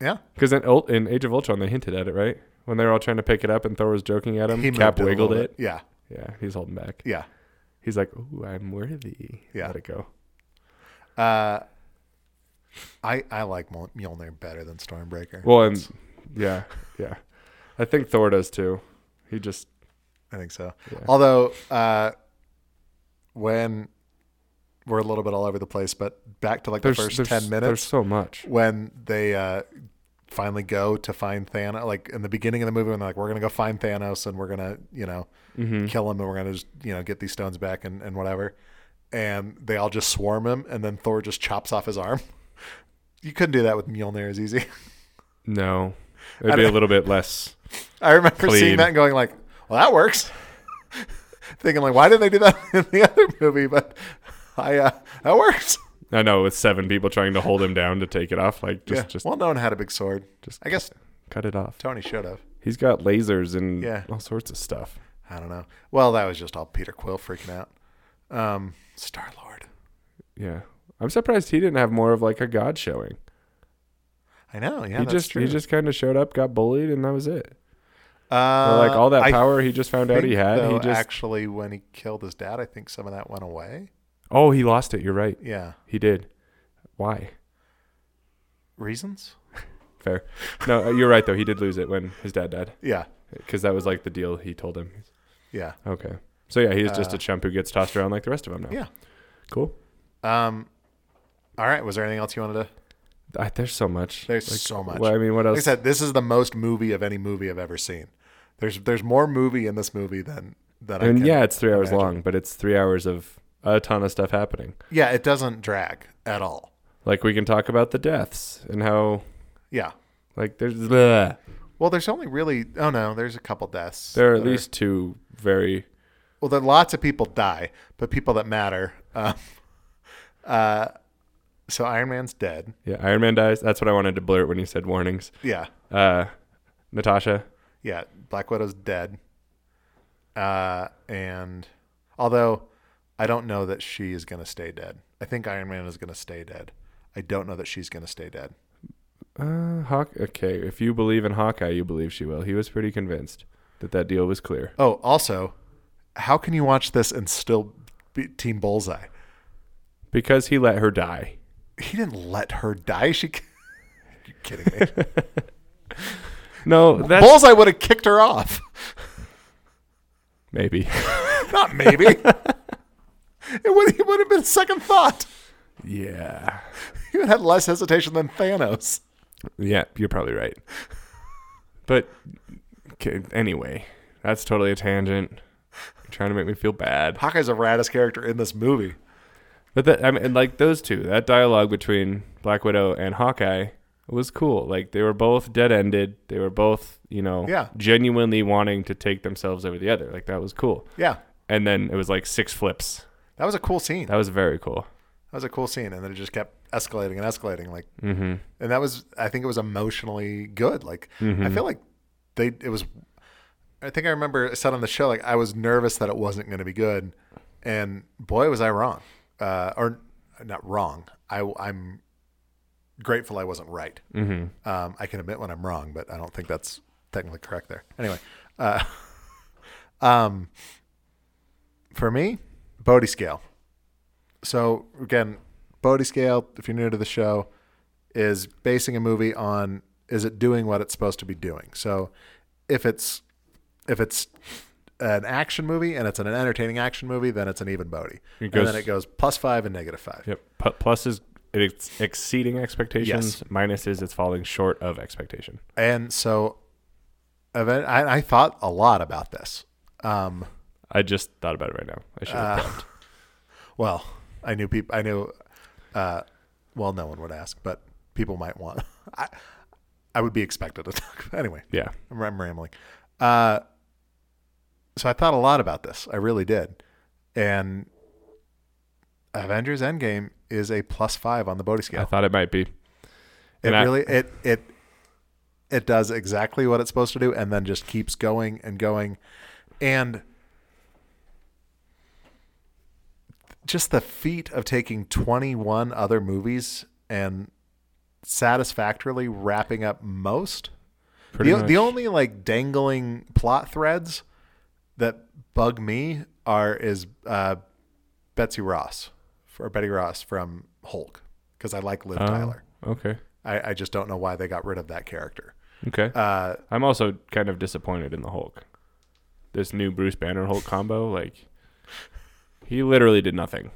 yeah,
Because in, Ult- in Age of Ultron, they hinted at it, right? When they were all trying to pick it up and Thor was joking at him,
He
Cap
moved a
wiggled
little
it.
bit. Yeah,
Yeah, he's holding back.
yeah.
He's like, "Ooh, I'm worthy."
Yeah.
Let it go.
Uh, I I like Mjol- Mjolnir better than Stormbreaker.
Well, and yeah, yeah. I think Thor does too. He just
I think so.
Yeah.
Although uh, when we're a little bit all over the place, but back to like
there's
the first
there's-
ten
There's
minutes
so much.
when they uh, finally go to find Thanos, like in the beginning of the movie when they're like, "We're gonna go find Thanos and we're gonna you know
hmm
kill him and we're gonna just you know get these stones back and, and whatever," and they all just swarm him and then Thor just chops off his arm. You couldn't do that with Mjolnir as easy.
No,
I
it'd be a
don't-
little bit less.
I remember
Clean.
seeing that and going like, "Well, that works." Thinking like, "Why did they do that in the other movie?" But I uh, that works.
I know with seven people trying to hold him down to take it off, like just
yeah.
just
well, no one had a big sword.
just
I guess
cut it off.
Tony should have.
He's got lasers and
Yeah.
all sorts of stuff.
I don't know. Well, that was just all Peter Quill freaking out. Um, Star Lord.
Yeah, I'm surprised he didn't have more of like a god showing.
I know. Yeah,
he
that's
just
true.
he just kind of showed up, got bullied, and that was it.
uh,
Or, like all that
I
power he just found out he
think,
had.
though,
he just
actually when he killed his dad, I think some of that went away.
oh he lost it. You're right.
Yeah.
He did. Why?
Reasons?
Fair. No, uh, you're right though. He did lose it when his dad died
Yeah.
because that was like the deal he told him.
Yeah.
Okay. So yeah, he is just
Uh,
a chump who gets tossed around like the rest of them now.
Yeah.
Cool.
Um. All right. Was there anything else you wanted to?
I, there's so much.
There's so much.
Well, I mean, what
Like I
else?
said, this is the most movie of any movie I've ever seen. There's there's more movie in this movie than that. I
and
can,
yeah, it's three hours
imagine.
long, but it's three hours of a ton of stuff happening.
yeah, it doesn't drag at all.
Like we can talk about the deaths and how
Yeah.
like there's bleh.
Well, there's only really oh no, there's a couple deaths.
there are at
that
least two very
well, then lots of people die, but people that matter. Um, uh, so Iron Man's dead.
yeah Iron Man dies. That's what I wanted to blurt when you said warnings.
Yeah,
Uh, Natasha.
yeah. Black Widow's dead. Uh, and although I don't know that she is going to stay dead, I think Iron Man is going to stay dead. I don't know that she's going to stay dead.
Uh, Hawk. Okay, if you believe in Hawkeye, you believe she will. He was pretty convinced that that deal was clear.
Oh, also, how can you watch this and still be Team Bullseye?
because he let her die.
He didn't let her die. She. you kidding me?
No, that's
Bullseye would have kicked her off.
maybe.
Not maybe. it would. He would have been second thought.
yeah,
He would have had less hesitation than Thanos.
yeah, you're probably right. But okay, anyway, that's totally a tangent. You're trying to make me feel bad.
Hawkeye's the raddest character in this movie.
But that I mean, and like those two, that dialogue between Black Widow and Hawkeye was cool. Like they were both dead-ended. They were both, you know,
Yeah.
genuinely wanting to take themselves over the other. Like that was cool.
Yeah,
And then it was like six flips.
that was a cool scene. That
That was very cool.
was a cool scene, and then it just kept escalating and escalating. Like,
hmm
and that was. I think it was emotionally good. Like, I feel like they. It was. I think I remember I said on the show like I was nervous that it wasn't going to be good, and boy was I wrong, uh, or not wrong. I, I'm grateful I wasn't right.
hmm
Um, I can admit when I'm wrong, but I don't think that's technically correct there. Anyway, uh, um, for me, Bodhi scale. So again, Bodhi scale, if you're new to the show, is basing a movie on is it doing what it's supposed to be doing. So if it's if it's an action movie and it's an entertaining action movie, then it's an even Bodhi,
It
and
goes-
then it goes plus five and negative five.
Yep. P- plus is it's exceeding expectations.
Yes.
Minus is it's falling short of expectation.
And so event, I, I thought a lot about this. Um,
I just thought about it right now. I should have
Uh,
prepped.
well, I knew people, I knew, uh, well, no one would ask, but people might want, I, I would be expected to talk. Anyway,
Yeah.
I'm, I'm rambling. Uh, so I thought a lot about this. I really did. And Avengers Endgame is a plus five on the Bodhi
I
scale.
thought it might be.
It
and I-
really, it, it, it does exactly what it's supposed to do and then just keeps going and going and just the feat of taking 21 other movies and satisfactorily wrapping up most
Pretty
the,
much.
the only like dangling plot threads that bug me are is uh, Betsy Ross or Betty Ross from Hulk because I like Liv
Oh,
Tyler.
Okay.
I, I just don't know why they got rid of that character.
Okay.
Uh,
I'm also kind of disappointed in the Hulk. This new Bruce Banner Hulk combo, like he literally did nothing.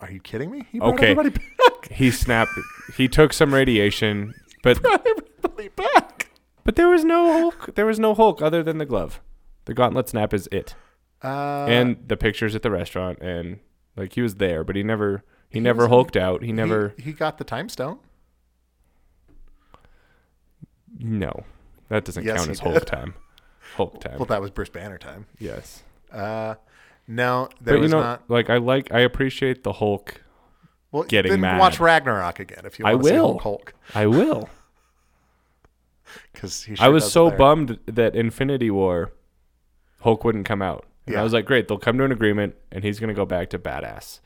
are you kidding me? He brought
Okay.
everybody back.
He snapped. he took some radiation, but
Brought everybody back.
but there was no Hulk. There was no Hulk other than the glove. The gauntlet snap is it,
Uh,
and the pictures at the restaurant, and like he was there, but he never he, never
was-
hulked out. He
he-
never
He, got the time stone.
no. That doesn't
Yes,
count
he
as
did.
Hulk time. Hulk time.
Well, that was Bruce Banner time.
yes.
Uh, no, there
but you
was
know,
not.
like I like I appreciate the Hulk.
Well,
getting
then
mad.
watch Ragnarok again if you
I
want to see
will.
Hulk Hulk.
I will.
Because
I was so bummed that Infinity War Hulk wouldn't come out. And
Yeah.
I was like, great, they'll come to an agreement and he's going to go back to badass.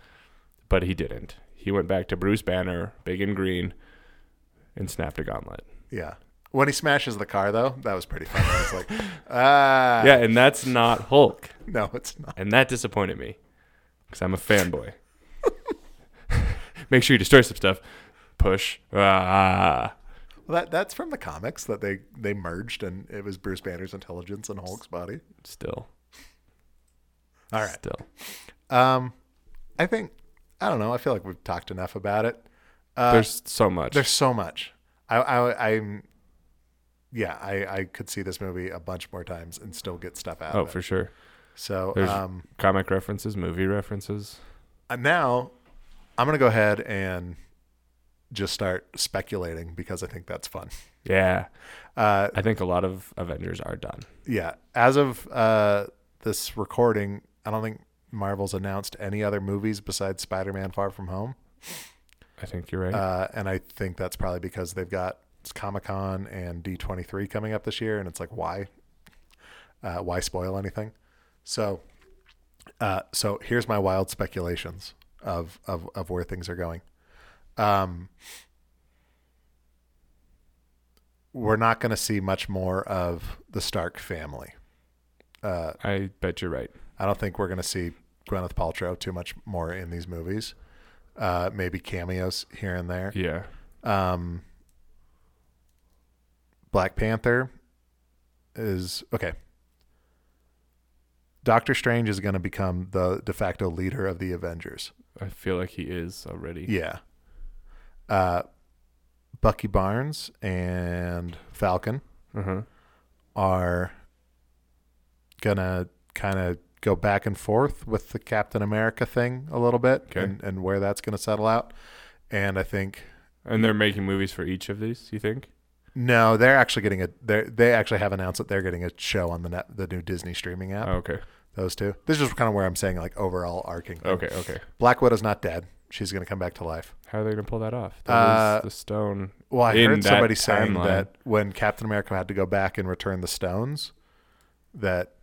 But he didn't. He went back to Bruce Banner, big and green, and snapped a gauntlet.
Yeah. When he smashes the car, though, that was pretty funny. It's like, ah,
yeah, and that's not Hulk.
no, it's not.
And that disappointed me because I'm a fanboy. Make sure you destroy some stuff. Push. Ah.
Well, that that's from the comics that they they merged, and it was Bruce Banner's intelligence and Hulk's body.
Still.
All right.
Still.
Um, I think I don't know. I feel like we've talked enough about it. Uh, there's
There's so much.
there's so much. I I I'm yeah. I I could see this movie a bunch more times and still get stuff out.
oh,
of it.
for sure.
So
There's
um,
comic references, movie references.
And now I'm going to go ahead and just start speculating because I think that's fun.
Yeah.
Uh,
I think a lot of Avengers are done.
yeah. As of uh, this recording, I don't think Marvel's announced any other movies besides Spider Man Far From Home.
I think you're right.
Uh, and I think that's probably because they've got Comic Con and D23 coming up this year. And it's like, why? Uh, why spoil anything? So, uh, so here's my wild speculations of, of, of where things are going. Um, we're not going to see much more of the Stark family. Uh,
I bet you're right.
I don't think we're going to see Gwyneth Paltrow too much more in these movies. Uh, maybe cameos here and there
Yeah.
um Black Panther is okay. Doctor Strange is going to become the de facto leader of the Avengers.
I feel like he is already.
Yeah. Uh Bucky Barnes and Falcon
Uh-huh.
are going to kind of go back and forth with the Captain America thing a little bit
Okay.
and, and where that's going to settle out. And I think
And they're making movies for each of these, you think?
No, they're actually getting a they they actually have announced that they're getting a show on the net the new Disney streaming app.
Oh, okay.
Those two. This is kind of where I'm saying like overall arcing. thing.
Okay, okay.
Black Widow's not dead. She's going to come back to life.
How are they going to pull that off? That
Uh,
is the stone.
Well, I
In
heard
that
somebody saying
timeline.
that when Captain America had to go back and return the stones, that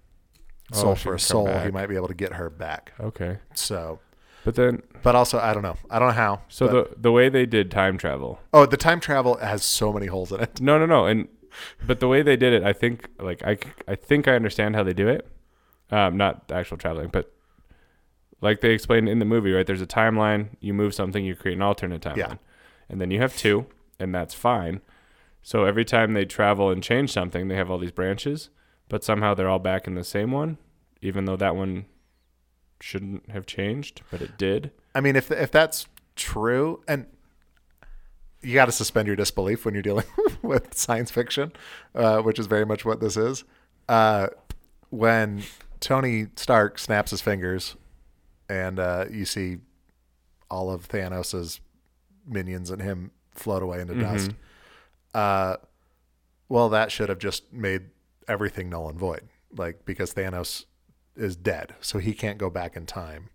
Oh,
soul
she
for a
can come
soul, he
back.
might be able to get her back.
Okay.
So,
But then
but also I don't know. I don't know how.
so
but-
the the way they did time travel.
oh, the time travel has so many holes in it.
No, no, no. And but the way they did it, I think like I c- I think I understand how they do it. Um not the actual traveling, but like they explained in the movie, right? There's a timeline, you move something, you create an alternate timeline.
Yeah.
And then you have two, and that's fine. So every time they travel and change something, they have all these branches, but somehow they're all back in the same one, even though that one shouldn't have changed, but it did.
I mean, if if that's true, and you got to suspend your disbelief when you're dealing with science fiction, uh, which is very much what this is. Uh, when Tony Stark snaps his fingers, and uh, you see all of Thanos's minions and him float away into dust. Uh, well, that should have just made everything null and void, like because Thanos is dead, so he can't go back in time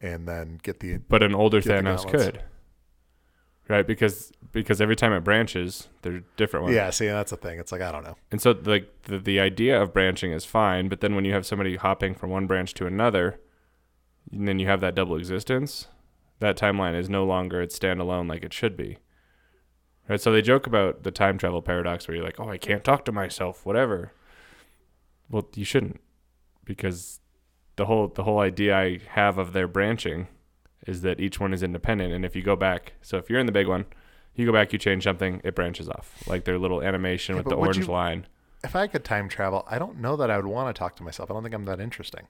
and then get the
But an older
Get the
Thanos
gauntlets.
could. right? Because because every time it branches, they're different ones.
Yeah, see, that's the thing. It's like I don't know.
And so the, the the idea of branching is fine, but then when you have somebody hopping from one branch to another, and then you have that double existence, that timeline is no longer its standalone like it should be. Right? So they joke about the time travel paradox where you're like, "Oh, I can't talk to myself, whatever." Well, you shouldn't because the whole the whole idea I have of their branching is that each one is independent and if you go back, so if you're in the big one, you go back, you change something, it branches off. Like their little animation with
but
the
would
orange
you-
line.
If I could time travel, I don't know that I would want to talk to myself. I don't think I'm that interesting.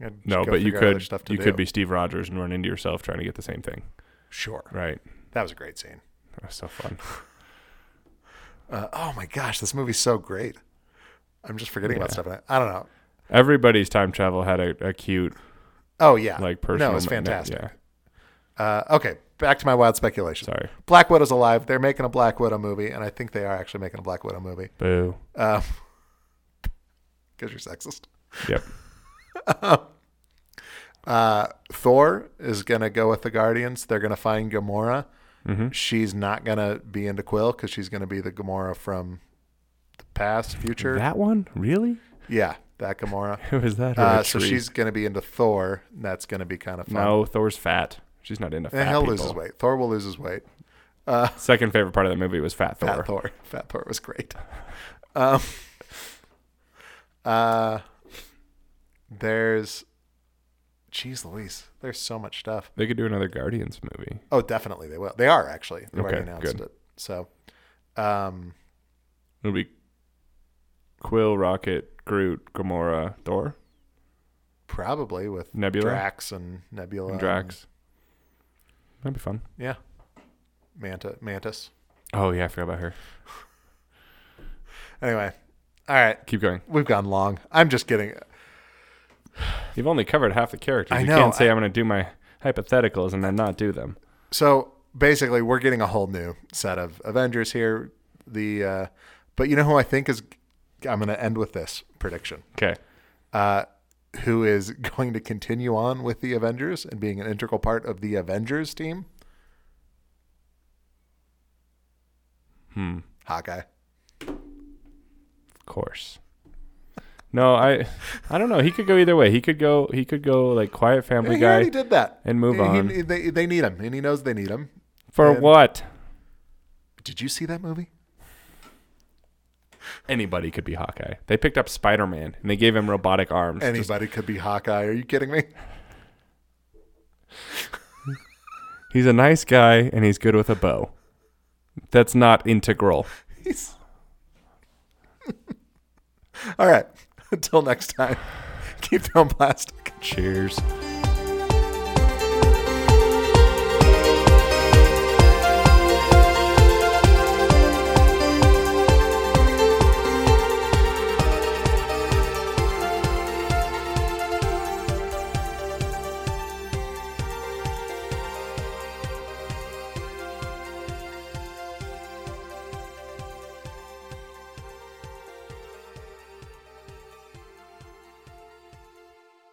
I'd just
No,
go
but you
figure out other
could
stuff to
you
do.
could be Steve Rogers and run into yourself trying to get the same thing.
sure.
Right.
That was a great scene.
That was so fun.
Uh, oh my gosh, this movie's so great. I'm just forgetting about stuff. I, I don't know.
Everybody's time travel had a, a cute
Oh yeah,
like personal.
No, it's
mo-
fantastic.
yeah.
Uh, okay, back to my wild speculation.
Sorry.
Black Widow's alive. They're making a Black Widow movie, and I think they are actually making a Black Widow movie.
Boo.
Because you're sexist.
Yep.
Uh, Thor is gonna go with the Guardians. They're gonna find Gamora.
Mm-hmm.
She's not gonna be into Quill because she's gonna be the Gamora from the past, future.
That one? Really?
yeah, that Gamora.
Who is that? or a
Uh, so
tree?
she's gonna be into Thor. and That's gonna be kind of fun.
No, Thor's fat. She's not into
and
fat.
he'll
people.
lose his weight. Thor will lose his weight. Uh,
Second favorite part of that movie was Fat Thor.
Fat Thor. Fat Thor was great. Um, uh, there's, jeez Louise, there's so much stuff.
They could do another Guardians movie.
Oh, definitely they will. They are actually. They've already
Okay,
announced
good.
it. So, um,
It would be Quill, Rocket, Groot, Gamora, Thor,
probably with
Nebula,
Drax and Nebula,
and Drax. That'd be fun.
and- yeah, Manta, Mantis.
Oh yeah, I forgot about her.
Anyway, all right,
Keep going.
we've gone long. I'm just kidding.
You've only covered half the characters.
I
you
know,
can't say
I-
I, am going to do my hypotheticals and then not do them.
So basically, we're getting a whole new set of Avengers here. The uh, but you know who I think is I'm going to end with this prediction.
Okay.
Uh, who is going to continue on with the Avengers and being an integral part of the Avengers team?
Hmm.
Hawkeye.
Of course. No, I, I don't know. He could go either way. He could go. He could go like quiet family
he
guy
already did that.
and move
He-
on
he- they, they need him, and he knows they need him.
for
did.
what?
Did you see that movie?
Anybody could be Hawkeye. They picked up Spider Man and they gave him robotic arms. Just-
Anybody could be Hawkeye. Are you kidding me?
he's a nice guy and he's good with a bow. That's not integral.
He's... All right. Until next time, keep throwing plastic.
Cheers.